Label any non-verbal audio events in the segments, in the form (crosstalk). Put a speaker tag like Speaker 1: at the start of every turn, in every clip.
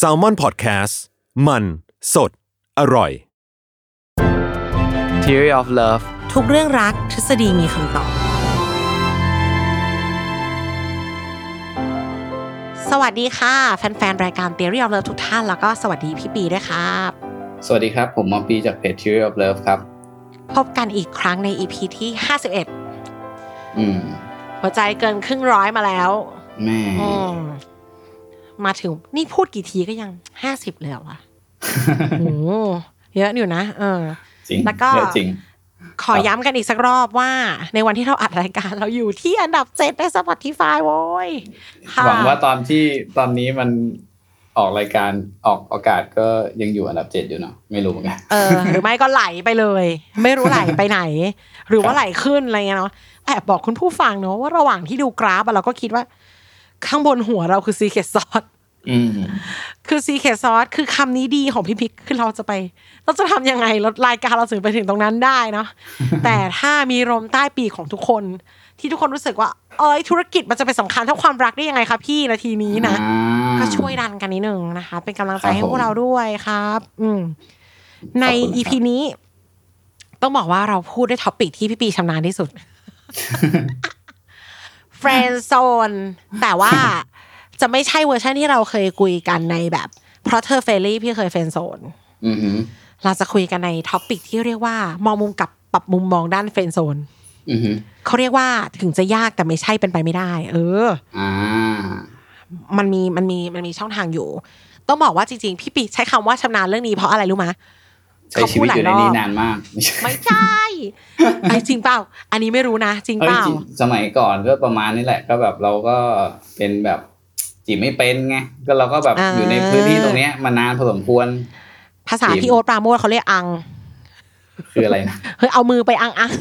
Speaker 1: s a l m o n PODCAST มันสดอร่อย
Speaker 2: Theory of Love
Speaker 3: ทุกเรื่องรักทฤษฎีมีคำตอบ สวัสดีค่ะ แฟนๆ รายการ Theory of Love ทุกท่าน แล้วก็สวัสดีพี่ปีด้วยครับ
Speaker 4: สวัสดีครับ ผมมอมปีจากเพจ Theory of Love ครับ
Speaker 3: พบกันอีกครั้งใน EP ที่ 51
Speaker 4: อืม
Speaker 3: หัวใจเกินครึ่งร้อยมาแล้ว
Speaker 4: แม่
Speaker 3: อืมมาถึงนี่พูดกี่ทีก็ยัง 50เลยเหรอวะ โอ้โหเยอะอยู่นะเออ
Speaker 4: จริง
Speaker 3: แล้วก็
Speaker 4: เยอะจริง
Speaker 3: ขอ
Speaker 4: ครับ
Speaker 3: ย้ำกันอีกสักรอบว่า ในวันที่เราอัดรายการเราอยู่ที่อันดับเจ็ดใน Spotify โว้ยค่ะ
Speaker 4: หวังว่าตอนที่ตอนนี้มันออกรายการออกอากาศก็ยังอยู่อันดับเจ็ดอยู่เนาะไม่รู้เหมือนกัน
Speaker 3: เออหรือไม่ก็ไหลไปเลย ไม่รู้ไหลไปไหน หรือว่าไหลขึ้นอะไรเงี้ยเนาะแอบบอกคุณผู้ฟังเนาะว่าระหว่างที่ดูกราฟอะเราก็คิดว่า ข้างบนหัวเราคือซีเคซอส
Speaker 4: อืม
Speaker 3: คือซีเคซอสคือคำนี้ดีของพี่พิกคือเราจะไป เราจะทำยังไงรถรายการเราถึงไปถึงตรงนั้นได้เนาะ แต่ถ้ามีลมใต้ปีกของทุกคน ที่ทุกคนรู้สึกว่า เอ้ยธุรกิจมันจะไปสำคัญเท่าความรักได้ยังไงคะพี่นาทีนี้นะ ก็ช่วยดันกันนิดนึงนะคะ เป็นกำลังใจ
Speaker 4: ครับ
Speaker 3: ให้พว
Speaker 4: ผ
Speaker 3: ก
Speaker 4: ม
Speaker 3: เราด้วยครับ อืม ใน
Speaker 4: ขอบคุณครับ
Speaker 3: อีพีนี้ ต้องบอกว่าเราพูดด้วยท็อปิกที่พี่ปีชำนาญที่สุด (laughs) เฟรนด์โซน แต่ว่าจะไม่ใช่เวอร์ชันที่เราเคยคุยกันในแบบ เพราะเธอเฟรลี่พี่เคยเฟรนด์โซน
Speaker 4: อืมอืม
Speaker 3: เราจะคุยกันในท็อปิกที่เรียกว่ามองมุมกลับปรับมุมมองด้านเฟรนด์โซน
Speaker 4: อืม
Speaker 3: เขาเรียกว่าถึงจะยากแต่ไม่ใช่เป็นไปไม่ได้ เออ
Speaker 4: อ่า
Speaker 3: มันมีมันมีมันมีช่องทางอยู่ ต้องบอกว่าจริงๆ พี่ปีใช้คำว่าชำนาญเรื่องนี้เพราะอะไรรู้มะ
Speaker 4: ใช้ชีวิตอยู่ในนี้นานมากไม่ใช่
Speaker 3: ไม่ใช่ไอ้ยจริงเปล่า อันนี้ไม่รู้นะ จริง
Speaker 4: เอ้
Speaker 3: เป
Speaker 4: ย
Speaker 3: ล่า
Speaker 4: จริงสมัยก่อนก็ประมาณนี้แหละ ก็แบบเราก็เป็นแบบจีบไม่เป็นไงก็เราก็แบบ
Speaker 3: อ่า
Speaker 4: อยู่ในพื้นที่ตรงเนี้ยมานานพอสมควร
Speaker 3: ภาษา
Speaker 4: จริง
Speaker 3: พี่โอ๊ตปราโมทเขาเรียกอัง
Speaker 4: คืออะไรนะ
Speaker 3: เฮ้ยเอามือไปอังอัง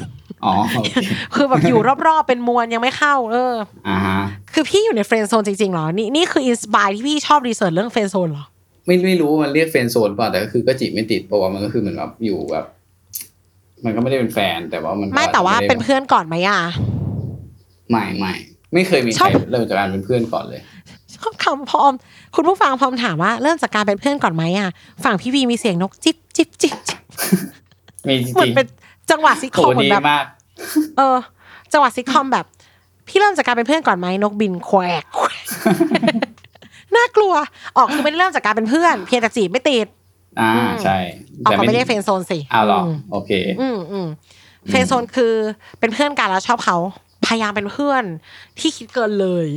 Speaker 4: อ๋อโอเค
Speaker 3: คือแบบอยู่รอบๆเป็นมวลยังไม่เข้า เออ
Speaker 4: อ่าฮะ
Speaker 3: คือพี่อยู่ในเฟรนด์โซนจริงๆเหรอนี่นี่คืออินสปายที่พี่ชอบรีเสิร์ชเรื่องเฟรนด์โซนเหรอ
Speaker 4: ไม่ไม่รู้มันเรียกแฟนโซนเปล่ะแต่ก็คือก็จีบไม่ติดเพราะว่ามันก็คือเหมือนแบบอยู่แบบ มันก็ไม่ได้เป็นแฟนแต่ว่ามันก็
Speaker 3: ไม่แต่ว่า
Speaker 4: ด้
Speaker 3: เป็นเพื่อนก่อนไหมอ่ะ
Speaker 4: ไม่ไม่ไม่เคยมี
Speaker 3: ช
Speaker 4: ใค
Speaker 3: อ
Speaker 4: ร
Speaker 3: บ
Speaker 4: เริ่มจากการเป็นเพื่อนก่อนเลย
Speaker 3: ชอบคำพอม คุณผู้ฟังพอมถามว่าเริ่มจากการเป็นเพื่อนก่อนไหมอ่ะฝั่งพี่วีมีเสียงนกจิ๊บจิ๊บจิ๊บจิ๊บ
Speaker 4: มีจริง
Speaker 3: เหมือนเป็นจังหวะซิทค
Speaker 4: โอ้
Speaker 3: อมเหมือ
Speaker 4: ดี
Speaker 3: นแบบ
Speaker 4: มาก
Speaker 3: เออ จังหวะซิทคอมแบบ พี่เริ่มจากการเป็นเพื่อนก่อนไหมนกบินแควก (laughs) แควกน่ากลัวออกคือไม่ได้เริ่มจากการเป็นเพื่อน เพียงแต่จีบไม่ติด
Speaker 4: อ่า
Speaker 3: อืม
Speaker 4: ใช่
Speaker 3: เอาเขาไม่ได้เฟรนด์โซนสิ
Speaker 4: อ้าวเหรอ
Speaker 3: ม
Speaker 4: โอเค
Speaker 3: อืมอืมเฟรนด์โซนคือเป็นเพื่อนกันแล้วชอบเขาพยายามเป็นเพื่อนที่คิดเกินเลย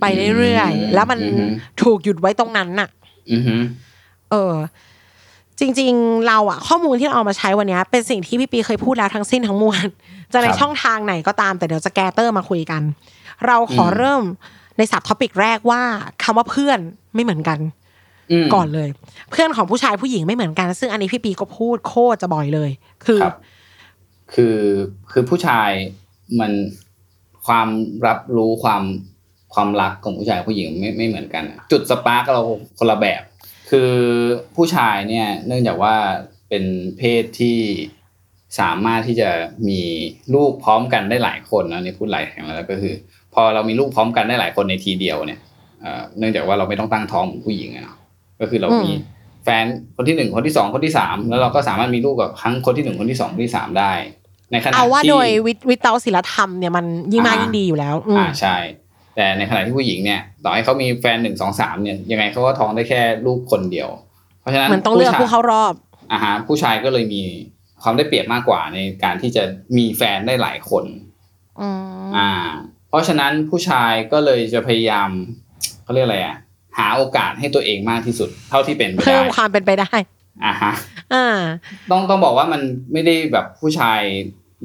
Speaker 3: ไปเรื่อย
Speaker 4: อืม
Speaker 3: ๆแล้วมัน
Speaker 4: อือหือ
Speaker 3: ถูกหยุดไว้ตรงนั้นน่ะ
Speaker 4: อือฮึ
Speaker 3: เออ จริง ๆ เราอะข้อมูลที่เราเอามาใช้วันเนี้ย เป็นสิ่งที่พี่ปีเคยพูดแล้วทั้งสิ้นทั้งมวล (laughs) จะในช่องทางไหนก็ตามแต่เดี๋ยวจะแกเตอร์มาคุยกัน เราขอเริ่มในสับท็อปิกแรกว่าคำว่าเพื่อนไม่เหมือนกัน
Speaker 4: ม
Speaker 3: ก่อนเลย เพื่อนของผู้ชายผู้หญิงไม่เหมือนกัน ซึ่งอันนี้พี่ปีก็พูดโคตรจะบ่อยเลย คือ
Speaker 4: ครับ คือคือผู้ชายมันความรับรู้ความความรักของผู้ชายกับผู้หญิงไม่ไม่เหมือนกันอะจุดสปาร์กเราคนละแบบ คือผู้ชายเนี่ยเนื่องจากว่าเป็นเพศที่สามารถที่จะมีลูกพร้อมกันได้หลายคนนะนี่พูดหลายแห่งแล้วก็คือ พอเรามีลูกพร้อมกันได้หลายคนในทีเดียวเนี่ยเอ่อเนื่องจากว่าเราไม่ต้องตั้งท้องเหมือนผู้หญิงอะเนาะก็คือเรา
Speaker 3: อืม
Speaker 4: มีแฟนคนที่หนึ่งคนที่สองคนที่สามแล้วเราก็สามารถมีลูกกับทั้งคนที่หนึ่งคนที่สองคนที่สามได้ ในขณะ
Speaker 3: เอาว่า
Speaker 4: ที่
Speaker 3: โดยวิวิตาศิลธรรมเนี่ยมันยิ่งมาก
Speaker 4: อ่ายิ่
Speaker 3: ยิ่งดีอยู่แล้ว อืม
Speaker 4: อ่าใช่ แต่ในขณะที่ผู้หญิงเนี่ย ต่อให้เขามีแฟนหนึ่งสองสามเนี่ยยังไงเขาก็ท้องได้แค่ลูกคนเดียว เพราะฉะนั้น
Speaker 3: มันต้องเลือก
Speaker 4: ชย
Speaker 3: ผู้เข้ารอบ
Speaker 4: อ่าฮะผู้ชายก็เลยมีความได้เปรียบมากกว่าในการที่จะมีแฟนได้หลายคน
Speaker 3: อืม
Speaker 4: อ่า เพราะฉะนั้นผู้ชายก็เลยจะพยายามเขาเรียกอะไรอ่ะหาโอกาสให้ตัวเองมากที่สุด เท่าที่เป็นไป
Speaker 3: เพิ่
Speaker 4: ได้
Speaker 3: มความเป็นไปได้
Speaker 4: อ่าฮะ
Speaker 3: อ่า
Speaker 4: ต้องต้องบอกว่ามันไม่ได้แบบผู้ชาย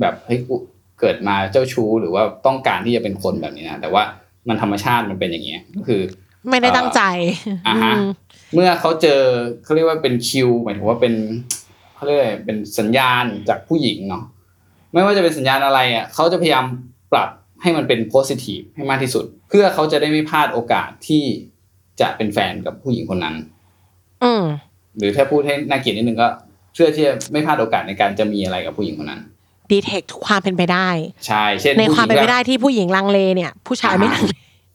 Speaker 4: แบบเฮ้ยกูเกิดมาเจ้าชู้หรือว่าต้องการที่จะเป็นคนแบบนี้นะแต่ว่ามันธรรมชาติมันเป็นอย่างเงี้ยก็คือ
Speaker 3: ไม่ได้ตั้งใจ
Speaker 4: อ่าฮะ
Speaker 3: อืม
Speaker 4: เมื่อเขาเจอเขาเรียกว่าเป็นคิวหมายถึงว่าเป็นเขาเรียกอะไรเป็นสัญญาณจากผู้หญิงเนาะไม่ว่าจะเป็นสัญญาณอะไรอ่ะเขาจะพยายามปรับให้มันเป็นโพสิทีฟให้มากที่สุด เพื่อเขาจะได้ไม่พลาดโอกาสที่จะเป็นแฟนกับผู้หญิงคนนั้น
Speaker 3: อืม
Speaker 4: หรือถ้าพูดให้น่าเกลียดนิดนึงก็เพื่อที่จะไม่พลาดโอกาสในการจะมีอะไรกับผู้หญิงคนนั้น
Speaker 3: ดีเทคทุกความเป็นไปได้
Speaker 4: ใช่เช่น
Speaker 3: ในความเป็นไป
Speaker 4: ผู้หญิง
Speaker 3: ได้
Speaker 4: ก็
Speaker 3: ที่ผู้หญิงลังเลเนี่ย ผู้ชายไม่ลังเล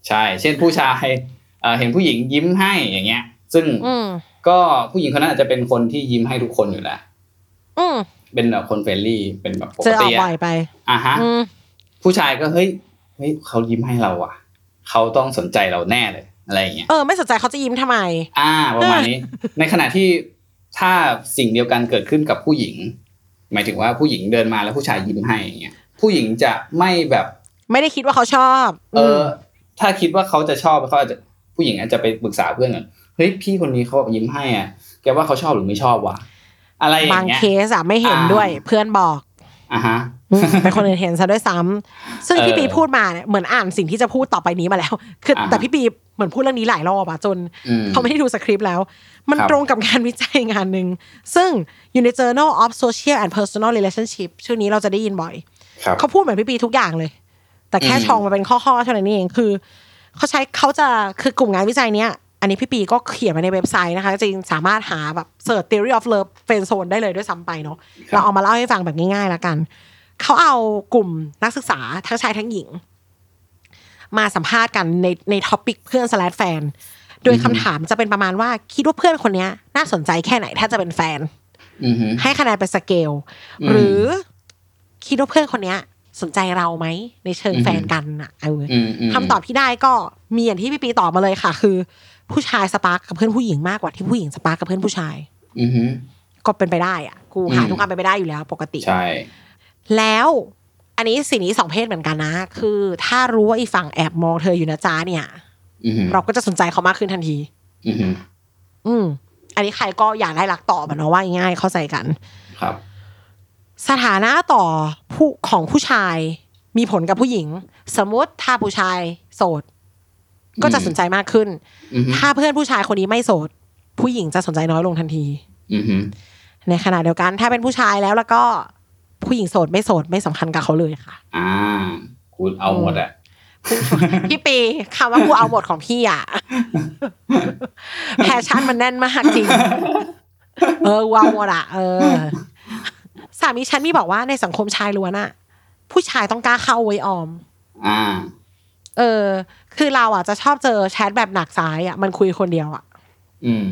Speaker 4: ใช่ เช่นผู้ชายเอ่อเห็นผู้หญิงยิ้มให้อย่างเงี้ย ซึ่ง
Speaker 3: อืม
Speaker 4: ก็ผู้หญิงคนนั้นอาจจะเป็นคนที่ยิ้มให้ทุกคนอยู่แล้ว
Speaker 3: อืม
Speaker 4: เป็นแบบคนเฟรนลี่ เป็นแบบป
Speaker 3: เจ
Speaker 4: ก
Speaker 3: อออ
Speaker 4: ติ
Speaker 3: กบ่
Speaker 4: อะ
Speaker 3: อยไป
Speaker 4: อ่ะฮะ
Speaker 3: อืม
Speaker 4: ผู้ชายก็เฮ้ย เฮ้ยเขายิ้มให้เราอ่ะ เขาต้องสนใจเราแน่เลยอะไรอย่างเงี้ย
Speaker 3: เออ ไม่สนใจเขาจะยิ้มทำไม
Speaker 4: อ่าประมาณ
Speaker 3: (laughs)
Speaker 4: นี้ ในขณะที่ถ้าสิ่งเดียวกันเกิดขึ้นกับผู้หญิง หมายถึงว่าผู้หญิงเดินมาแล้วผู้ชายยิ้มให้อย่างเงี้ย ผู้หญิงจะไม่แบบ
Speaker 3: ไม่ได้คิดว่าเขาชอบ
Speaker 4: เอออถ้าคิดว่าเขาจะชอบเขาอาจจะผู้หญิงอาจจะไปปรึกษาเพื่อนก่อนเฮ้ยพี่คนนี้เขาแบบยิ้มให้อ่ะแกว่าเขาชอบหรือไม่ชอบวะอะไรอบ
Speaker 3: า
Speaker 4: ย่าง งเงี้ย
Speaker 3: เคสอะไม่เห็น
Speaker 4: อ่า
Speaker 3: ด้วย เพื่อนบอก
Speaker 4: อ่ะฮะ
Speaker 3: อืมเป็นคนอื่นเห็นซะด้วยซ้ำซึ่ง
Speaker 4: เออ
Speaker 3: ที่ปีพูดมาเนี่ยเหมือนอ่านสิ่งที่จะพูดต่อไปนี้มาแล้ว คืออา แต่พี่ปีเหมือนพูดเรื่องนี้หลายรอบอะจน
Speaker 4: อืม
Speaker 3: เขาไม่ได้ดูสคริปต์แล้ว มัน
Speaker 4: ครับ
Speaker 3: ตรงกับงานวิจัยงานหนึ่ง ซึ่งอยู่ใน Journal of Social and Personal Relationship ชื่อนี้เราจะได้ยินบ่อย
Speaker 4: ครับ
Speaker 3: เขาพูดเหมือนพี่ปีทุกอย่างเลย แต่แค่
Speaker 4: อืม
Speaker 3: ชองมาเป็นข้อๆเท่านั้นเองคือเขาใช้เขาจะคือกลุ่มงานวิจัยเนี้ย อันนี้พี่ปีก็เขียนมาในเว็บไซต์นะคะจริงสามารถหาแบบเสิร์ช theory of love friend zone ได้เลยด้วยซ้ำไปเนาะเราเอามาเล่าให้ฟังแบบง่ายๆละกัน เขาเอากลุ่มนักศึกษาทั้งชายทั้งหญิง มาสัมภาษณ์กันในในท็อปิกเพื่อนสลัดแฟน โดยคำถามจะเป็นประมาณว่าคิดว่าเพื่อนคนเนี้ย น่าสนใจแค่ไหนถ้าจะเป็นแฟน
Speaker 4: อือหือ
Speaker 3: ให้คะแนนเป็นสเกล
Speaker 4: อืม
Speaker 3: หรือคิดว่าเพื่อนคนเนี้ย สนใจเราไหม ในเชิง
Speaker 4: อืม
Speaker 3: แฟนกันน่ะเอออ
Speaker 4: อืมม
Speaker 3: คำตอบที่ได้ก็มีอย่างที่พี่ปีตอบมาเลยค่ะ คือ ผู้ชายสปาร์กกับเพื่อนผู้หญิงมากกว่าที่ผู้หญิงสปาร์กกับเพื่อนผู้ชาย
Speaker 4: อือหือ
Speaker 3: ก็เป็นไปได้อ่ะกูหา
Speaker 4: อืม
Speaker 3: ทุกอันเป็นไปได้อยู่แล้วปกติ
Speaker 4: ใช่
Speaker 3: แล้วอันนี้สิ่งนี้สองเพศเหมือนกันนะ คือ ถ้ารู้ว่าอีฝั่งแอบมองเธออยู่นะจ๊ะเนี่ย
Speaker 4: อือหือ
Speaker 3: เราก็จะสนใจเขามากขึ้นทันที
Speaker 4: อือหือ
Speaker 3: อืม อันนี้ใครก็อยากได้รักต่อมันเนาะว่าง่ายๆเข้าใจกัน
Speaker 4: ครับ
Speaker 3: สถานะต่อผู้ของผู้ชายมีผลกับผู้หญิง สมมติถ้าผู้ชายโสด ก็จะสนใจมากขึ้น
Speaker 4: อือหือ
Speaker 3: ถ้าเพื่อนผู้ชายคนนี้ไม่โสด ผู้หญิงจะสนใจน้อยลงทันที
Speaker 4: อือหือ
Speaker 3: ในขณะเดียวกัน ถ้าเป็นผู้ชายแล้วแล้วก็ผู้หญิงโสดไม่โสดไม่สำคัญกับเขาเลยค่ะ
Speaker 4: อ่ากูเอาหมดอ่ะ
Speaker 3: พี่ปีคำว่ากูเอาหมดของพี่อ่ะ (laughs) แพชชั่นมันแน่นมากจริง เออกูเอาหมดอ่ะ เออ สามีฉันมีบอกว่าในสังคมชายล้วนอ่ะ ผู้ชายต้องกล้าเข้าไว้ยออม
Speaker 4: อ่า
Speaker 3: เออ คือเราอ่ะจะชอบเจอแชทแบบหนักซ้ายอ่ะมันคุยคนเดียวอ่ะ
Speaker 4: อืม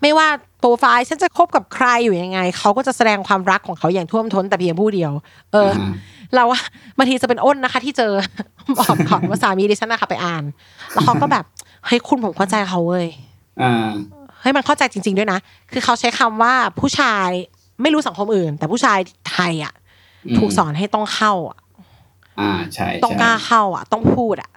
Speaker 3: ไม่ว่าโปรไฟล์ฉันจะคบกับใครอยู่ยังไง เขาก็จะแสดงความรักของเขาอย่างท่วมท้นแต่เพียงผู้เดียว เออ
Speaker 4: ม
Speaker 3: เราว่าบางทีจะเป็นอ้นนะคะ ที่เจอ บอกขอนว่าสามีดิฉันนะคะไปอ่าน แล้วเขาก็แบบ เฮ้ยคุณผมเข้าใจเขาเว้ย
Speaker 4: อ่า
Speaker 3: เฮ้ยมันเข้าใจจริง ๆ ด้วยนะ คือเขาใช้คำว่าผู้ชายไม่รู้สังคมอื่น แต่ผู้ชายไทยอ่ะ
Speaker 4: อืม
Speaker 3: ถูกสอนให้ต้องเข้าอ่ะ
Speaker 4: อ่าใช่ใช่
Speaker 3: ต้องกล้าเข้าอ่ะ ต้องพูดอ่ะ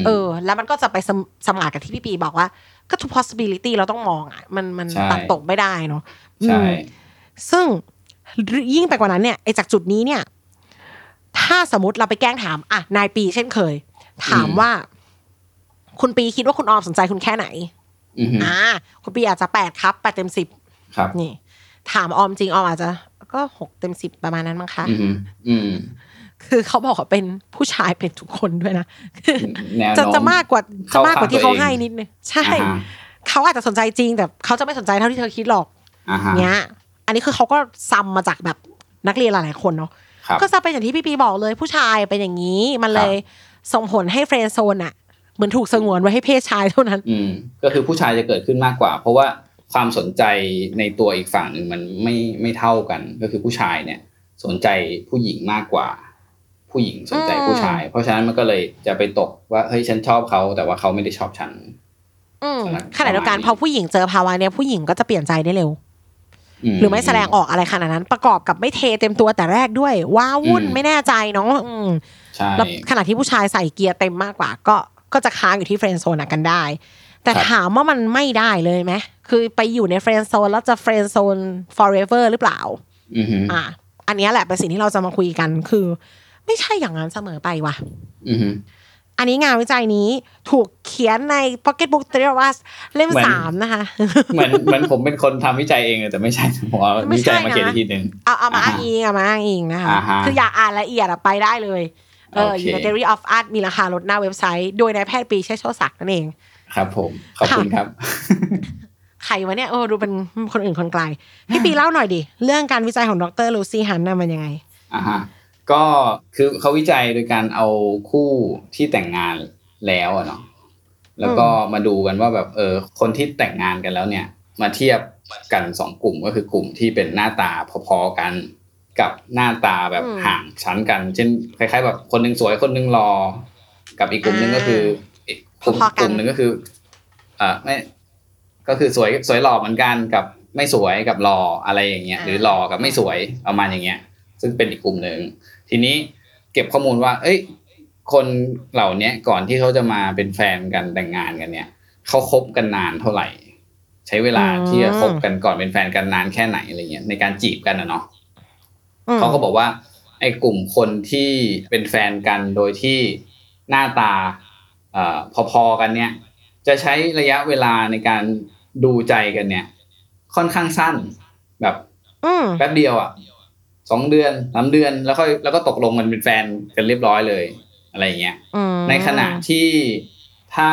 Speaker 4: ม
Speaker 3: เออ แล้วมันก็จะไปสมสมานกับที่พี่ปีบอกว่า ก็ทุก possibility เราต้องมองอ่ะ มันมัน
Speaker 4: ใช่
Speaker 3: ตัดตกไม่ได้เนาะ
Speaker 4: ใช่
Speaker 3: อืมซึ่งยิ่งไปกว่านั้นเนี่ยไอ้จากจุดนี้เนี่ย ถ้าสมมติเราไปแกล้งถาม อ่ะ นายปีเช่นเคย ถามว่า คุณปีคิดว่าคุณออมสนใจคุณแค่ไหน
Speaker 4: อือหือ
Speaker 3: อ่า คุณปีอาจจะแปดครับแปดเต็มสิบ
Speaker 4: ครับ
Speaker 3: นี่ ถามออมจริงออมอาจจะ ก็หกเต็มสิบประมาณนั้นมั้งคะ
Speaker 4: อืมอืม
Speaker 3: คือเขาบอกว่าเป็นผู้ชายเป็นทุกคนด้วยนะคือ
Speaker 4: แนว
Speaker 3: จะ
Speaker 4: โน้
Speaker 3: จะมากกว่าจะ
Speaker 4: เข้าม
Speaker 3: ากกว่าที่
Speaker 4: ข้า
Speaker 3: เขา
Speaker 4: งตัวเอง
Speaker 3: ให้นิดนึงใช่
Speaker 4: อ่าฮะ
Speaker 3: เขาอาจจะสนใจจริง แต่เขาจะไม่สนใจเท่าที่เธอคิดหรอก
Speaker 4: อ่าฮะ
Speaker 3: เนี้ย อันนี้คือเขาก็ซ้ำมาจากแบบนักเรียนหลายๆคนเนาะ
Speaker 4: ครับ
Speaker 3: ก็จะเป็นอย่างที่พี่ปีบอกเลยผู้ชายเป็นอย่างนี้ มันเลยส่งผลให้เฟรนด์โซนอะเหมือนถูกสงวนไว้ให้เพศชายเท่านั้น
Speaker 4: อืม ก็คือผู้ชายจะเกิดขึ้นมากกว่า เพราะว่าความสนใจในตัวอีกฝั่งหนึ่งมันไม่ไม่เท่ากัน ก็คือผู้ชายเนี่ย สนใจผู้หญิงมากกว่า ผู้หญิงสนใจผู้ชาย เพราะฉะนั้นมันก็เลยจะไปตกว่าเฮ้ยฉันชอบเขาแต่ว่าเขาไม่ได้ชอบฉัน
Speaker 3: อืม
Speaker 4: ครับ
Speaker 3: ขณะเดียวกันพอผู้หญิงเจอภาวะเนี้ยผู้หญิงก็จะเปลี่ยนใจได้เร็ว หรือไม่แสดงออกอะไรขนาดนั้น ประกอบกับไม่เทเต็มตัวแต่แรกด้วย ว้าวุ่น
Speaker 4: อืม
Speaker 3: ไม่แน่ใจเนาะอืม
Speaker 4: ใช่
Speaker 3: แล้วขณะที่ผู้ชายใส่เกียร์เต็มมากกว่า ก็ก็จะค้างอยู่ที่เฟรนด์โซนอะกันได้ แต่ถามว่ามันไม่ได้เลยไหมคือไปอยู่ในเฟรนด์โซนแล้วจะเฟรนด์โซน forever หรือเปล่า
Speaker 4: อือหือ
Speaker 3: อ่ะอันเนี้ยแหละเป็นสิ่งที่เราจะมาคุยกันคือ ไม่ใช่อย่างนั้นเสมอไปว่ะ
Speaker 4: อือหือ
Speaker 3: อันนี้งานวิจัยนี้ถูกเขียนใน Pocket Book t h e o r s เล่ม
Speaker 4: เหมือน
Speaker 3: สามนะคะ
Speaker 4: เหมือนเหมือนผมเป็นคนทำวิจัยเองเลยแต่ไม่ใช่ผมเอา
Speaker 3: ไม่
Speaker 4: วิ
Speaker 3: ใช่
Speaker 4: จัย
Speaker 3: นะ
Speaker 4: มาเขียนอีกทีหนึ่ง
Speaker 3: เอาเอามาอ้างอิงเอามาอ้างอิงนะคะ
Speaker 4: อ่าฮะ
Speaker 3: คืออยากอ่านละเอียดอะไปได้เลย เออ
Speaker 4: โอ
Speaker 3: อ
Speaker 4: เค
Speaker 3: ยู่ใน Diary of Art มีราคาลดหน้าเว็บไซต์ โดยนายแพทย์ปรีเชษฐ์โชติศักดิ์นั่นเอง
Speaker 4: ครับ ผมขอบคุณครับ
Speaker 3: ใครวะเนี่ยเออดูเป็นคนอื่นคนไกล พี่ปีเล่าหน่อยดิ เรื่องการวิจัยของดรลูซี่ฮันน่ะมันยังไง
Speaker 4: อ่าฮะก็คือเขาวิจัยโดยการเอาคู่ที่แต่งงานแล้วอะเนาะแล้วก็มาดูกันว่าแบบเออคนที่แต่งงานกันแล้วเนี่ย มาเทียบกันสองกลุ่มก็คือกลุ่มที่เป็นหน้าตาพอๆกันกับหน้าตาแบบ
Speaker 3: อืม
Speaker 4: ห่างชั้นกัน เช่นคล้ายๆ แบบคนหนึงสวยคนหนึงรอ กับอีกกลุ่มหนึงก็คืออีกกลุ่ม
Speaker 3: พอๆกัน
Speaker 4: กลุ่มหนึงก็คืออ่าไม่ ก็คือสวยสวยหล่อเหมือนกันกับไม่สวยกับหล่ออะไรอย่างเงี้ย
Speaker 3: อ่า
Speaker 4: หรือหล่อกับไม่สวยประมาณอย่างเงี้ย ซึ่งเป็นอีกกลุ่มหนึ่งทีนี้เก็บข้อมูลว่า เอ้ย คนเหล่าเนี้ยก่อนที่เขาจะมาเป็นแฟนกันแต่งงานกันเนี่ยเขาคบกันนานเท่าไหร่ ใช้เวลาที่จะคบกันก่อนเป็นแฟนกันนานแค่ไหนอะไรเงี้ยในการจีบกันนะเนาะ
Speaker 3: อืม
Speaker 4: เขาก็บอกว่าไอ้กลุ่มคนที่เป็นแฟนกันโดยที่หน้าตาเอ่อพอๆกันเนี่ย จะใช้ระยะเวลาในการดูใจกันเนี่ย ค่อนข้างสั้นแบบ
Speaker 3: อืม
Speaker 4: แป๊บเดียวอ่ะสองเดือนสามเดือนแล้วค่อยแล้วก็ตกลงกันเป็นแฟนกันเรียบร้อยเลยอะไรอย่างเงี้ย
Speaker 3: อืม
Speaker 4: ในขณะที่ถ้า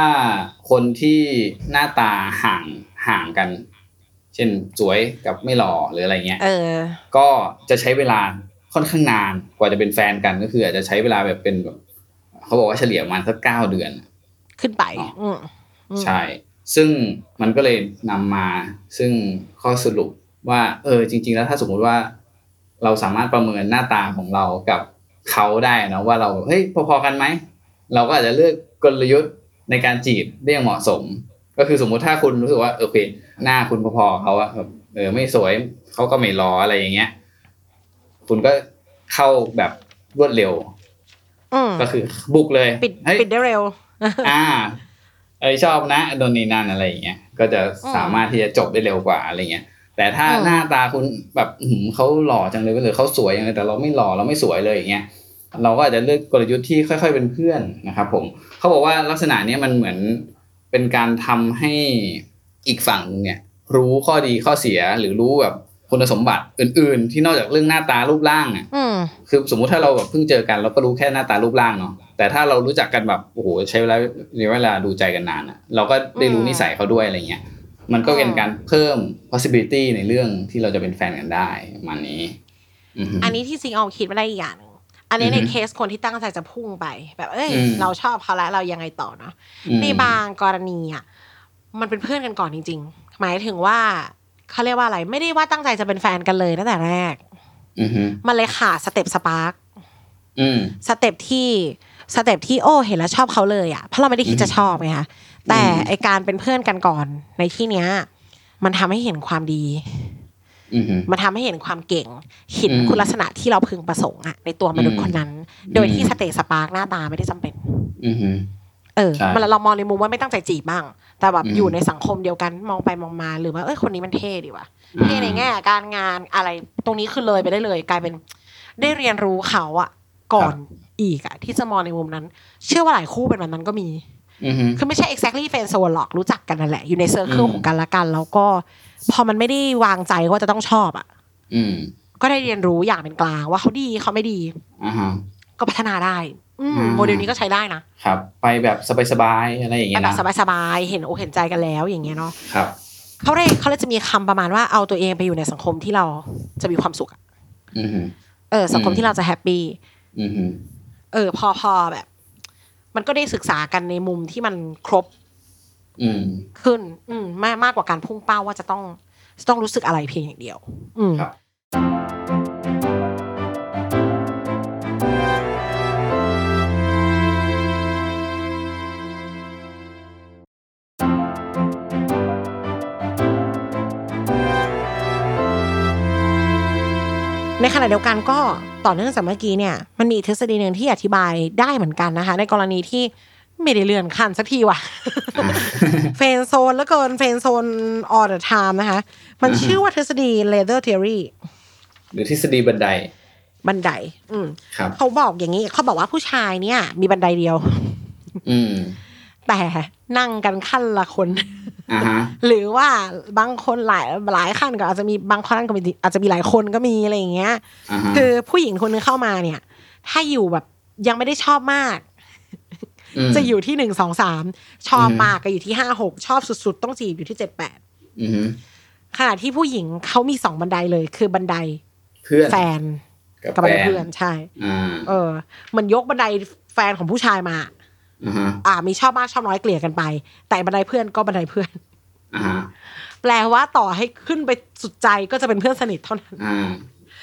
Speaker 4: คนที่หน้าตาห่างห่างกัน เช่นสวยกับไม่หล่อหรืออะไรเงี้ย
Speaker 3: เออ
Speaker 4: ก็จะใช้เวลาค่อนข้างนานกว่าจะเป็นแฟนกันก็คือ อาจจะใช้เวลาแบบเป็นแบบเขาบอกว่าเฉลี่ยประมาณสักเก้าเดือน
Speaker 3: ขึ้นไป
Speaker 4: อ๋ออื
Speaker 3: มอืม
Speaker 4: ใช่ ซึ่งมันก็เลยนำมาซึ่งข้อสรุปว่าเออจริง ๆ แล้วถ้าสมมุติว่า เราสามารถประเมินหน้าตาของเรากับเขาได้นะว่าเราเฮ้ยพอๆกันไหม เราก็อาจจะเลือกกลยุทธ์ในการจีบได้อย่างเหมาะสม ก็คือสมมุติถ้าคุณรู้สึกว่าโอเค หน้าคุณพอๆเขาอะแบบเออไม่สวยเขาก็ไม่รออะไรอย่างเงี้ย คุณก็เข้าแบบรวดเร็ว
Speaker 3: อืม
Speaker 4: ก็คือบุกเลย
Speaker 3: ปิด
Speaker 4: เฮ้ย
Speaker 3: ปิดได้เร็ว
Speaker 4: อ่าเอยชอบนะโดนนี่นั่นอะไรอย่างเงี้ยก็จะสามารถที่จะจบได้เร็วกว่าอะไรเงี้ย แต่ถ้า
Speaker 3: อืม
Speaker 4: หน้าตาคุณแบบอื้อหือเขาหล่อจังเลยหรือเขาสวยจังเลยแต่เราไม่หล่อเราไม่สวยเลยอย่างเงี้ยเราก็อาจจะเลือกกลยุทธ์ที่ค่อย ๆ เป็นเพื่อนนะครับ ผมเขาบอกว่าลักษณะเนี้ยมันเหมือนเป็นการทำให้อีกฝั่งเนี่ยรู้ข้อดีข้อเสียหรือรู้แบบคุณสมบัติอื่น ๆ ที่นอกจากเรื่องหน้าตารูปร่างอ่ะ
Speaker 3: อืม
Speaker 4: คือสมมุติถ้าเราแบบเพิ่งเจอกันเราก็รู้แค่หน้าตารูปร่างเนาะแต่ถ้าเรารู้จักกันแบบโอ้โหใช้เวลาเวลาดูใจกันนานอะเราก็ได้รู้
Speaker 3: อืม
Speaker 4: นิสัยเขาด้วยอะไรเงี้ยมันก็เป็น
Speaker 3: อืม
Speaker 4: การเพิ่ม possibility ในเรื่องที่เราจะเป็นแฟนกันได้ประมาณนี้อือฮึ
Speaker 3: อันนี้ที่ซิงเอาคิดไม่ได้อีกอย่างหนึ่งอันนี้ใน
Speaker 4: อือฮึ
Speaker 3: เคสคนที่ตั้งใจจะพุ่งไป แบบเอ้ย
Speaker 4: อืม
Speaker 3: เราชอบเขาแล้วเรายังไงต่อเนาะ
Speaker 4: อืม
Speaker 3: ในบางกรณีอ่ะมันเป็นเพื่อนกันก่อนจริง ๆ หมายถึงว่าเขาเรียกว่าอะไร ไม่ได้ว่าตั้งใจจะเป็นแฟนกันเลยตั้งแต่แรก
Speaker 4: อือฮึ
Speaker 3: มันเลยขาดสเต็ปสปาร์ก
Speaker 4: อืม
Speaker 3: สเต็ปที่สเต็ปที่โอ้เห็นแล้วชอบเขาเลยอ่ะเพราะเราไม่ได้คิดจะชอบไงคะแต่
Speaker 4: อืม
Speaker 3: ไอการเป็นเพื่อนกันก่อนในที่เนี้ย มันทำให้เห็นความดี
Speaker 4: อือฮึ
Speaker 3: มันทำให้เห็นความเก่งเห็น
Speaker 4: อืม
Speaker 3: คุณลักษณะที่เราพึงประสงค์อะในตัวมนุษย์
Speaker 4: อืม
Speaker 3: คนนั้น โดยที่
Speaker 4: อืม
Speaker 3: สเตตสปาร์กหน้าตาไม่ได้จำเป็น
Speaker 4: อือฮึ
Speaker 3: เออ
Speaker 4: ใช่
Speaker 3: มันเรามองในมุมว่าไม่ตั้งใจจีบบ้าง แต่แบบ
Speaker 4: อืม
Speaker 3: อยู่ในสังคมเดียวกันมองไปมองมาหรือว่าเอ้ยคนนี้มันเท่ดีว่ะ
Speaker 4: อ่า
Speaker 3: เท่ในแง่การงานอะไร ตรงนี้คือเลยไปได้เลย กลายเป็นได้เรียนรู้เขาอะก่อนอีกอะที่จะมองในมุมนั้น เชื่อว่าหลายคู่เป็นแบบนั้นก็มี
Speaker 4: อือฮึ
Speaker 3: คือไม่ใช่ exactly friend zone หรอกรู้จักกันนั่นแหละ อยู่ในเซอร์เคิล
Speaker 4: อืม
Speaker 3: ของกันและกัน แล้วก็พอมันไม่ได้วางใจว่าจะต้องชอบอะ
Speaker 4: อืม
Speaker 3: ก็ได้เรียนรู้อย่างเป็นกลางว่าเขาดีเขาไม่ดี
Speaker 4: อ่าฮะ
Speaker 3: ก็พัฒนาได้ อืม
Speaker 4: อ่า
Speaker 3: โมเดลนี้ก็ใช้ได้นะครับ
Speaker 4: ไปแบบสบายๆอะไรอย่าง
Speaker 3: ไป
Speaker 4: เงี้ย
Speaker 3: แบ
Speaker 4: นะ
Speaker 3: บสบายๆเห็นอกเห็นใจกันแล้วอย่างเงี้ยเนาะ
Speaker 4: ครับ
Speaker 3: เขาเลยเขาเลยจะมีคำประมาณว่าเอาตัวเองไปอยู่ในสังคมที่เราจะมีความสุขอะ
Speaker 4: อือฮึ
Speaker 3: เออสังคม
Speaker 4: อืม
Speaker 3: ที่เราจะแฮปปี้
Speaker 4: อือฮึ
Speaker 3: เออพอพอแบบ มันก็ได้ศึกษากันในมุมที่มันครบ
Speaker 4: อืม
Speaker 3: ขึ้น อืมมากมากกว่าการพุ่งเป้าว่าจะต้องจะต้องรู้สึกอะไรเพียงอย่างเดียว อืม
Speaker 4: ครับ
Speaker 3: ในขณะเดียวกันก็ต่อเนื่องจากเมื่อกี้เนี่ยมันมีอีกทฤษฎีหนึ่งที่อธิบายได้เหมือนกันนะคะ ในกรณีที่ไม่ได้เลื่อนขั้นสักทีว่ะ
Speaker 4: อ่า
Speaker 3: (laughs) เฟรนด์โซนแล้วเกินเฟรนด์โซน all the time นะคะ มัน
Speaker 4: อือฮึ
Speaker 3: ชื่อว่าทฤษฎี leather theory
Speaker 4: หรือทฤษฎีบันได
Speaker 3: บันได อืม
Speaker 4: ครับ
Speaker 3: เขาบอกอย่างนี้เขาบอกว่าผู้ชายเนี่ย (laughs) มีบันไดเดียว
Speaker 4: อืม
Speaker 3: แต่นั่งกันขั้นละคน (laughs)
Speaker 4: อ่าฮะ
Speaker 3: หรือว่าบางคนหลายหลายขั้นก็อาจจะมีบางขั้นก็มีอาจจะมีหลายคนก็มีอะไรอย่างเงี้ย
Speaker 4: อ่าฮะ
Speaker 3: คือผู้หญิงคนนึงเข้ามาเนี่ย ถ้าอยู่แบบยังไม่ได้ชอบมาก
Speaker 4: ม
Speaker 3: จะอยู่ที่หนึ่งสองสามชอบ
Speaker 4: อืม
Speaker 3: มากก็อยู่ที่ห้าหกชอบสุดๆ ต้องจีบอยู่ที่เจ็ดแปด
Speaker 4: อือฮึ
Speaker 3: ขณะที่ผู้หญิงเขามีสองบันไดเลย คือบันได
Speaker 4: เพื่อน
Speaker 3: แฟน
Speaker 4: กับ
Speaker 3: กับ
Speaker 4: แฟ
Speaker 3: บันได
Speaker 4: น
Speaker 3: เพื่อนใช่
Speaker 4: อ่า
Speaker 3: เออเหมันยกบันไดแฟนของผู้ชายมา
Speaker 4: อ่าฮะ
Speaker 3: อ่า มีชอบมากชอบน้อยเกลี่ยกันไป แต่บันไดเพื่อนก็บันไดเพื่อน (laughs)
Speaker 4: อ่าฮะ
Speaker 3: แปลว่าต่อให้ขึ้นไปสุดใจก็จะเป็นเพื่อนสนิทเท่านั้น
Speaker 4: อ่า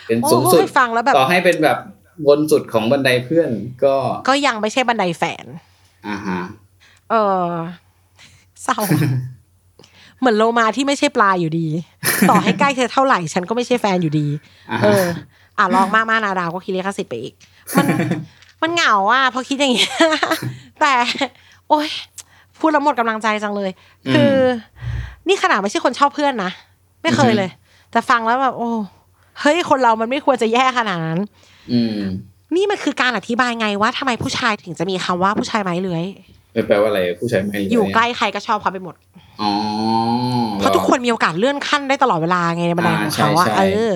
Speaker 4: เป็น
Speaker 3: โอ้
Speaker 4: สูงสุด
Speaker 3: ยฟังแล้วแบบ
Speaker 4: ต่อให้เป็นแบบบนสุดของบันไดเพื่อนก็
Speaker 3: ก็ยังไม่ใช่บันไดแฟน
Speaker 4: อ่าฮะ
Speaker 3: เออเศร้า เหมือนโลมาที่ไม่ใช่ปลาอยู่ดี
Speaker 4: (laughs)
Speaker 3: ต่อให้ใกล้เธอเท่าไหร่ ฉันก็ไม่ใช่แฟนอยู่ดี
Speaker 4: อ่า
Speaker 3: เอ
Speaker 4: ฮะ
Speaker 3: อ อ่ะลองมากมานาดาวก็คิดเลขสิทธิ์ไปอีก มัน (laughs) มันเหงาอ่ะพอคิดอย่างเงี้ย (laughs) แต่ โอ๊ยพูดแล้วหมดกำลังใจจังเลย คือ นี่ขนาดไม่ใช่คนชอบเพื่อนนะ ไม่เคย
Speaker 4: อือฮึ
Speaker 3: เลย แต่ฟังแล้วแบบ โอ้เฮ้ยคนเรามันไม่ควรจะแย่ขนาดนั้น
Speaker 4: อืม
Speaker 3: นี่มันคือการอธิบายไงว่าทำไมผู้ชายถึงจะมีคำว่าผู้ชายไม้เลื้อย
Speaker 4: ไม่แปลว่าอะไรผู้ชายไม่เล
Speaker 3: อยู่ใกล้ใครก็ชอบเขาไปหมด
Speaker 4: อ๋อ
Speaker 3: เพราะทุกคนมีโอกาสเลื่อนขั้นได้ตลอดเวลาไงในบันไดของเขาอะ
Speaker 4: อ่าใช่ใช่
Speaker 3: เออ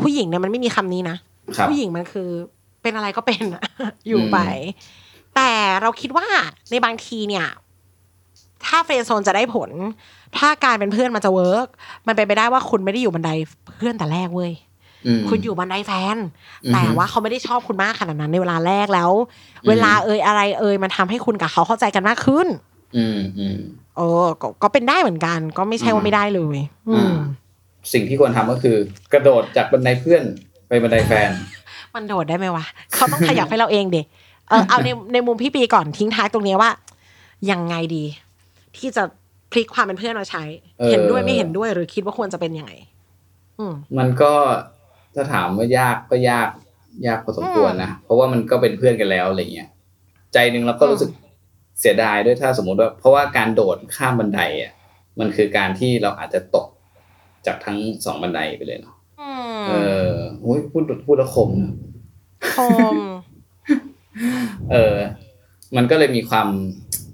Speaker 3: ผู้หญิงเนี่ยมันไม่มีคำนี้นะ
Speaker 4: ครับ
Speaker 3: ผู้หญิงมันคือเป็นอะไรก็เป็นอะ (laughs) อยู่
Speaker 4: อืม
Speaker 3: ไป แต่เราคิดว่าในบางทีเนี่ย ถ้าเฟรนด์โซนจะได้ผล ถ้าการเป็นเพื่อนมันจะเวิร์กมันเป็นไปได้ว่าคุณไม่ได้อยู่บันไดเพื่อนแต่แรกเว้ย
Speaker 4: ม
Speaker 3: คุณอยู่บันไดแฟน
Speaker 4: อือฮึ
Speaker 3: แต่ว่าเขาไม่ได้ชอบคุณมากขนาดนั้นในเวลาแรกแล้ว เวลาเอ่ยอะไรเอ่ยมันทำให้คุณกับเขาเข้าใจกันมากขึ้น
Speaker 4: อืมอืม
Speaker 3: เออก็ก็เป็นได้เหมือนกัน ก็ไม่ใช่ว่าไม่ได้เลย อืม
Speaker 4: อ่า สิ่งที่ควรทำก็คือกระโดดจากบันไดเพื่อนไปบันไดแฟน
Speaker 3: มันโดดได้ไหมวะ เขาต้องขยับให้เราเองเด็เออ
Speaker 4: (laughs)
Speaker 3: เอาในในมุมพี่ปีก่อนทิ้งท้ายตรงเนี้ยว่า ยังไงดี ที่จะพลิกความเป็นเพื่อนมาใช้
Speaker 4: เออ
Speaker 3: เห็นด้วยไม่เห็นด้วยหรือคิดว่าควรจะเป็นยังไง อืม
Speaker 4: มันก็ถ้าถามว่ายากก็ยากยากพอสมควรนะ เพราะว่ามันก็เป็นเพื่อนกันแล้วอะไรเงี้ยใจหนึ่งเราก็รู้สึกเสียดายด้วยถ้าสมมติว่า เพราะว่าการโดดข้ามบันไดอ่ะมันคือการที่เราอาจจะตกจากทั้งสองบันไดไปเลยเนาะ
Speaker 3: อื
Speaker 4: เออโอ้ยพูดพูดและคมนะ
Speaker 3: คม
Speaker 4: เออ มันก็เลยมีความ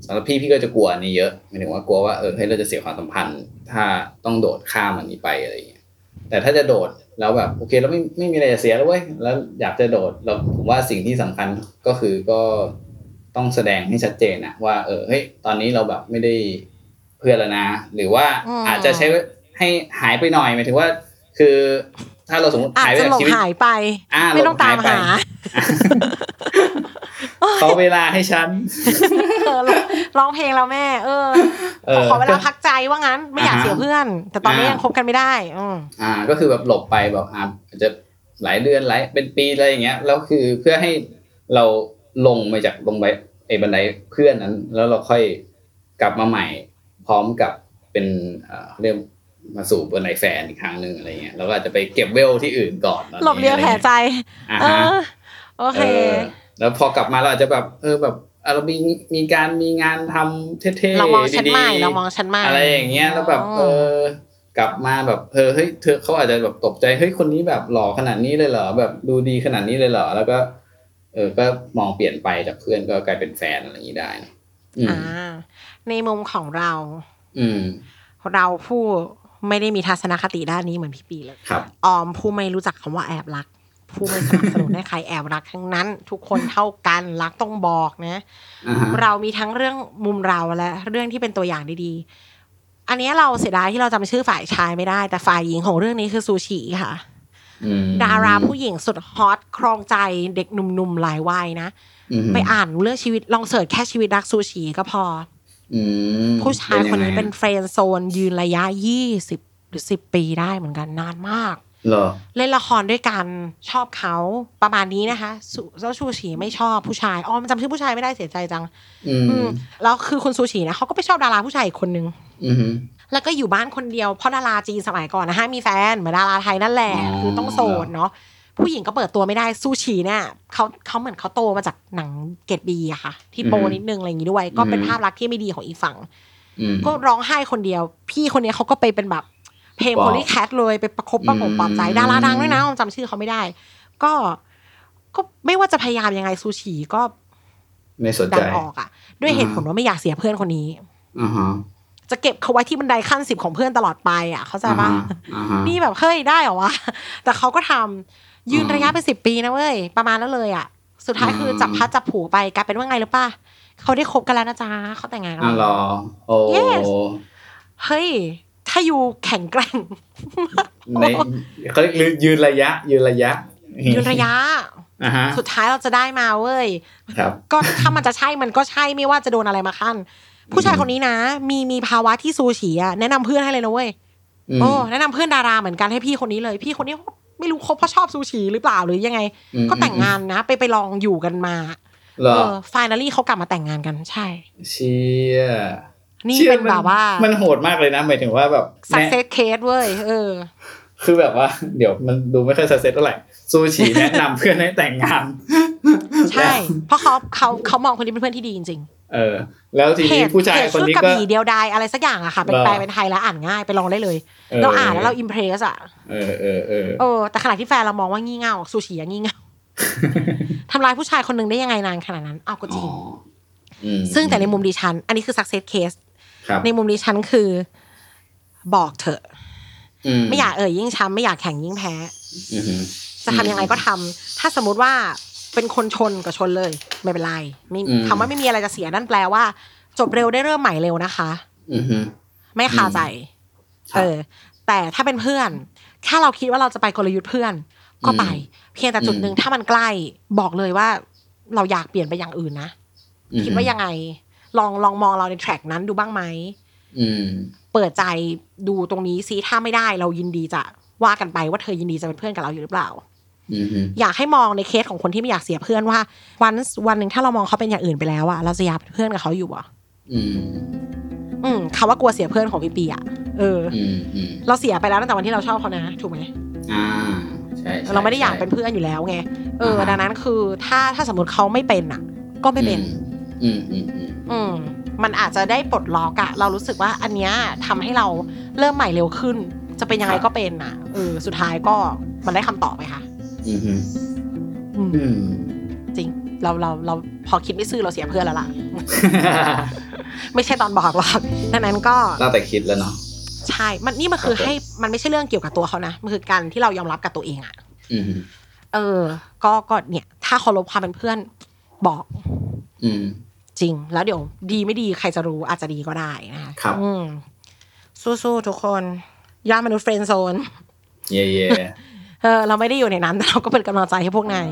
Speaker 4: สำหรับพี่พี่ก็จะกลัวอันนี้เยอะหมายถึงว่ากลัวว่าเออเฮ้ยเราจะเสียความสัมพันธ์ ถ้าต้องโดดข้ามอันนี้ไปอะไรอย่างเงี้ยแต่ถ้าจะโดดแล้วแบบโอเคเราไม่ไม่มีอะไรจะเสียแล้วเว้ยแล้วอยากจะโดดเราผมว่าสิ่งที่สำคัญก็คือก็ต้องแสดงให้ชัดเจนนะว่าเออเฮ้ยตอนนี้เราแบบไม่ได้เพื่อนแล้วนะ หรือว่า
Speaker 3: อืม
Speaker 4: อาจจะใช้ให้หายไปหน่อยหมายถึงว่า คือถ้าเราสมมติ
Speaker 3: อาจ
Speaker 4: หายไป
Speaker 3: จะ
Speaker 4: จาก
Speaker 3: หลง
Speaker 4: ชีวิต
Speaker 3: หายไป
Speaker 4: อ่า
Speaker 3: ไม่ต้องตาม
Speaker 4: หลงหา
Speaker 3: หาย
Speaker 4: ไป เขาเวลาให้ฉัน
Speaker 3: เออร้องร้องเพลงเราแม่ เออ
Speaker 4: เออ
Speaker 3: ขอเวลาพักใจว่างั้น ไม่อยาก
Speaker 4: อ่าฮะ
Speaker 3: เสียเพื่อน แต่ตอนนี้
Speaker 4: อ่ายั
Speaker 3: ยังคบกันไม่ได้ อืม
Speaker 4: อ่าก็คือแบบหลบไปแบบอ่าอาจจะหลายเดือนหลายเป็นปีอะไรอย่างเงี้ยแล้วคือเพื่อให้เราลงมาจากลงไปไอ้บันไดเพื่อนนั้น แล้วเราค่อยกลับมาใหม่ พร้อมกับเป็นเอ่อเขาเรียกมาสู่บันไดแฟนอีกครั้งหนึ่งอะไรเงี้ยเราก็อาจจะไปเก็บเวลที่อื่นก่อนตอนนี้
Speaker 3: หลบเลียวแผลใจ
Speaker 4: อ่า
Speaker 3: เอ
Speaker 4: ฮะ
Speaker 3: อ โอเค
Speaker 4: แล้วพอกลับมาเราอาจจะแบบเออแบบเอ่อเรามีมีการมีงานทำเท่ๆ
Speaker 3: เรามองชั้น
Speaker 4: ดีๆ
Speaker 3: ใหม่เรามองชั้นใหม่
Speaker 4: อะไรอย่างเงี้ยแล้วแบบเอ
Speaker 3: อ๋อ
Speaker 4: อกลับมาแบบเออเฮ้ยเธอเขาอาจจะแบบตกใจเฮ้ยคนนี้แบบหล่อขนาดนี้เลยเหรอแบบดูดีขนาดนี้เลยเหรอแล้วก็ เออก็มองเปลี่ยนไปจากเพื่อนก็กลายเป็นแฟนอะไรอย่างนี้ได้นะอืม
Speaker 3: อ่า ในมุมของเรา
Speaker 4: อืม
Speaker 3: เราผู้ไม่ได้มีทัศนคติด้านนี้เหมือนพี่ปีเลย
Speaker 4: ครับ
Speaker 3: ออมผู้ไม่รู้จักคำว่าแอบรัก ผู้ไม่สนับสนุนให้ใครแอบรักทั้งนั้น ทุกคนเท่ากันรักต้องบอกนะ
Speaker 4: อ่าฮะ
Speaker 3: เรามีทั้งเรื่องมุมเราและเรื่องที่เป็นตัวอย่างดีๆ อันเนี้ยเราเสียดายที่เราจำชื่อฝ่ายชายไม่ได้ แต่ฝ่ายหญิงของเรื่องนี้คือซูชิค่ะ
Speaker 4: อืม
Speaker 3: ดาราผู้หญิงสุดฮอตครองใจเด็กหนุ่มๆหลายวัยนะ
Speaker 4: อืม
Speaker 3: ไปอ่านเรื่องชีวิตลองเสิร์ชแค่ชีวิตรักซูชิก็พอ
Speaker 4: อืม
Speaker 3: ผู้ชายคนนี้เป็น
Speaker 4: ยังไง
Speaker 3: เฟรนด์โซนยืนระยะยี่สิบหรือสิบปีได้เหมือนกันนานมาก
Speaker 4: เหรอ
Speaker 3: เล่นละครด้วยกันชอบเขาประมาณนี้นะคะสุเจ้าชูฉีไม่ชอบผู้ชายอ๋อมันจำชื่อผู้ชายไม่ได้เสียใจจัง
Speaker 4: อืม
Speaker 3: อืมแล้วคือคุณซูฉีนะเขาก็ไปชอบดาราผู้ชายอีกคนนึง
Speaker 4: อืม
Speaker 3: แล้วก็อยู่บ้านคนเดียวเพราะดาราจีนสมัยก่อนนะฮะมีแฟนเหมือนดาราไทยนั่นแหละ
Speaker 4: อ๋อ
Speaker 3: คือต้องโสดเนาะผู้หญิงก็เปิดตัวไม่ได้ซูชีเนี่ยเขาเขาเหมือนเขาโตมาจากหนังเกตบีอะค่ะ ที่โปนิดนึงอะไรอย่างงี้ด้วย ก็เป็นภาพลักษณ์ที่ไม่ดีของอีกฝั่ง
Speaker 4: อืม
Speaker 3: ก็ร้องไห้คนเดียว พี่คนเนี้ยเขาก็ไปเป็นแบบเพลง
Speaker 4: ป
Speaker 3: โพ
Speaker 4: อบ
Speaker 3: ลีแคทเลยไปประคบประหง
Speaker 4: อืม
Speaker 3: ปลอบใจดาราดังด้วยนะผมจำชื่อเขาไม่ได้ ก็ก็ไม่ว่าจะพยายามยังไงซูชีก็
Speaker 4: ไม่สน
Speaker 3: ดั
Speaker 4: ใจ
Speaker 3: นออกอ่ะ ด้วยเหตุผลว่าไม่อยากเสียเพื่อนคนนี้
Speaker 4: อ่าฮะ
Speaker 3: จะเก็บเขาไว้ที่บันไดขั้นสิบของเพื่อนตลอดไปอ่ะ เข้าใจปะ
Speaker 4: อ่าฮะ
Speaker 3: นี่แบบเฮ้ยได้เหรอวะ แต่เขาก็ทำยืน
Speaker 4: อืม
Speaker 3: ระยะเป็นสิบปีนะเว้ย ประมาณนั้นเลยอ่ะ สุดท้ายคืออ
Speaker 4: ม
Speaker 3: จับพัดจับผูไปกลายเป็นว่าไงหรือป่ะเขาได้คบกันแล้วนะจ๊ะเขาแต่งงานกั
Speaker 4: อ่านหร
Speaker 3: แล้ว
Speaker 4: อ โอ้
Speaker 3: Yes เฮ้ย ถ้าอยู่แข็งแกร่ง
Speaker 4: ในเขาเรียกยืนระยะ ยืนระยะ
Speaker 3: ยืนระยะ
Speaker 4: อ่าฮะ
Speaker 3: สุดท้ายเราจะได้มาเว้ย
Speaker 4: ครับ
Speaker 3: ก็ถ้ามันจะใช่มันก็ใช่ไม่ว่าจะโดนอะไรมาขั้น ผู้ชายคนนี้นะ มีมีภาวะที่ซูฉีอะแนะนำเพื่อนให้เลยนะเว้ย
Speaker 4: ม
Speaker 3: โอ้แนะนำเพื่อนดาราเหมือนกันให้พี่คนนี้เลย พี่คนนี้ไม่รู้คบเพราะชอบซูชิหรือเปล่าหรือยังไง
Speaker 4: อืม
Speaker 3: ก็แต่งงานนะ ไปไปลองอยู่กันมา
Speaker 4: เหรอ
Speaker 3: เออฟ i น a ลี่เขากลับมาแต่งงานกันใช่
Speaker 4: เชี่ย
Speaker 3: นี่
Speaker 4: ชี่ย
Speaker 3: เป็นแบบว่าน
Speaker 4: มันโหดมากเลยนะ หมายถึงว่าแบบ
Speaker 3: สัก
Speaker 4: แนะ
Speaker 3: เซสเคสเว้ยเออ
Speaker 4: คือแบบว่า เดี๋ยวมันดูไม่ค่อยสักเซสเท่าไหร่ซู
Speaker 3: (laughs)
Speaker 4: ชิแนะนำ เพื่อนให้แต่งงาน
Speaker 3: ใช่ เพราะเขาเขาเขามองคนนี้เป็นเพื่อนที่ดีจริง
Speaker 4: แล้วเออ แล้วที
Speaker 3: ๆเพ
Speaker 4: นี้
Speaker 3: จ
Speaker 4: ผู้ชาย
Speaker 3: เพจ
Speaker 4: คน
Speaker 3: ชื่อ
Speaker 4: นี้
Speaker 3: กระ
Speaker 4: ก็
Speaker 3: บี่เดียวดายอะไรสักอย่างอะค่ะ เป็น
Speaker 4: เหรอ
Speaker 3: แปลเป็นไทยแล้วอ่านง่ายไปลองได้เลย
Speaker 4: ออ
Speaker 3: เราอ่านแล้วเราอิมเพรสอะ
Speaker 4: เออเออเออ
Speaker 3: เออแต่ขณะที่แฟนเรามองว่างี่เง่าซูชิอะงี่เง่าทำลายผู้ชายคนหนึ่งได้ยังไงนานขนาดนั้นเอาวก็จริง
Speaker 4: อืม
Speaker 3: ซึ่งแต่ในมุมดิฉัน อันนี้คือ success case
Speaker 4: ครับ
Speaker 3: ในมุมดิฉันคือ บอกเถอะ
Speaker 4: ม
Speaker 3: ไม่อยากเอ่ยยิ่งช้ำไม่อยากแข่งยิ่งแพ้
Speaker 4: อือหือ
Speaker 3: จะทำยังไงก็ทำถ้าสมมติว่าเป็นคนชนก็ชนเลย ไม่เป็นไรไม่
Speaker 4: อืม
Speaker 3: คำว่าไม่มีอะไรจะเสียนั่นแปลว่า จบเร็วได้เริ่มใหม่เร็วนะคะ
Speaker 4: อือหือ
Speaker 3: ไม่คาใจ
Speaker 4: ครับ
Speaker 3: เออ แต่ถ้าเป็นเพื่อน ถ้าเราคิดว่าเราจะไปกลยุทธ์เพื่อน ก็ไป เพียงแต่จุดหนึ่งถ้ามันใกล้ บอกเลยว่า เราอยากเปลี่ยนไปอย่างอื่นนะ
Speaker 4: อือหือ
Speaker 3: คิดว่ายังไง ลองลองมองเราในแทร็กนั้นดูบ้างไหม
Speaker 4: อืม
Speaker 3: เปิดใจดูตรงนี้ซิถ้าไม่ได้เรายินดีจะว่ากันไปว่าเธอยินดีจะเป็นเพื่อนกับเราอยู่หรือเปล่า
Speaker 4: อือหือ
Speaker 3: อยากให้มองในเคสของคนที่ไม่อยากเสียเพื่อนว่า วันวันหนึ่งถ้าเรามองเขาเป็นอย่างอื่นไปแล้วอะเราจะอยากเป็นเพื่อนกับเขาอยู่อะ
Speaker 4: อืม
Speaker 3: อืมคำว่ากลัวเสียเพื่อนของพี่ปีอะเออ
Speaker 4: อืมอืม
Speaker 3: เราเสียไปแล้วตั้งแต่วันที่เราชอบเขานะถูกไหม
Speaker 4: อ่าใช่ใช่
Speaker 3: เราไม่ได้อยาก
Speaker 4: ใช่
Speaker 3: เป็นเพื่อนอยู่แล้วไงเออ
Speaker 4: อ่าฮะ
Speaker 3: ดังนั้นคือถ้าถ้าสมมติเขาไม่เป็นอะก็ไม่เป็น
Speaker 4: อืมอืมอืม
Speaker 3: อืมมันอาจจะได้ปลดล็อกอะเรารู้สึกว่าอันเนี้ยทำให้เราเริ่มใหม่เร็วขึ้น จะเป็นยังไงก็เป็นอะเออสุดท้ายก็มันได้คำตอบไหมคะ
Speaker 4: อืมอืม
Speaker 3: อืม
Speaker 4: อืม
Speaker 3: จริง เราเราเราพอคิดไม่ซื่อเราเสียเพื่อนแล้วล่ะ (laughs) ไม่ใช่ตอนบอกหรอกดังนั้นก็
Speaker 4: ตั้งแต่คิดแล้วเนาะ
Speaker 3: ใช่ มันนี่มันคือ
Speaker 4: ครับผม
Speaker 3: ให้มันไม่ใช่เรื่องเกี่ยวกับตัวเขานะ มันคือการที่เรายอมรับกับตัวเองอะ
Speaker 4: อืม
Speaker 3: เออ ก็ก็เนี่ย ถ้าเคารพความเป็นเพื่อนบอก
Speaker 4: อืม
Speaker 3: จริง แล้วเดี๋ยวดีไม่ดีใครจะรู้อาจจะดีก็ได้นะคะ
Speaker 4: ครับ
Speaker 3: อืมสู้ๆทุกคนยอดมนุษย์เฟรนด์โซน
Speaker 4: เย่เย่
Speaker 3: เออเราไม่ได้อยู่ใน (laughs) นั้นแต่เราก็เป็นกำลังใจให้พวกนาย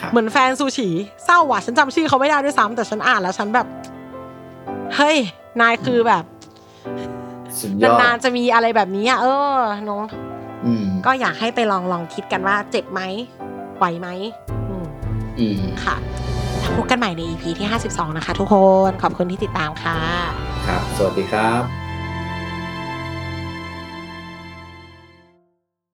Speaker 4: ครับ
Speaker 3: เหมือนแฟนซูชิเศร้าว่ะฉันจำชื่อเขาไม่ได้ด้วยซ้ำแต่ฉันอ่านแล้วฉันแบบ เฮ้ยนายคือแบบ
Speaker 4: สุดยอด
Speaker 3: (laughs) นานๆจะมีอะไรแบบนี้อ่ะเออเนอะ
Speaker 4: อืม
Speaker 3: ก็อยากให้ไปลองลองคิดกันว่าเจ็บไหมไหวไหมอืม
Speaker 4: อืม
Speaker 3: ค่ะพบกันใหม่ใน EP ที่ 52 นะคะทุกคน ขอบคุณที่ติดตามค่ะ
Speaker 4: ครับ สวัสดีครับ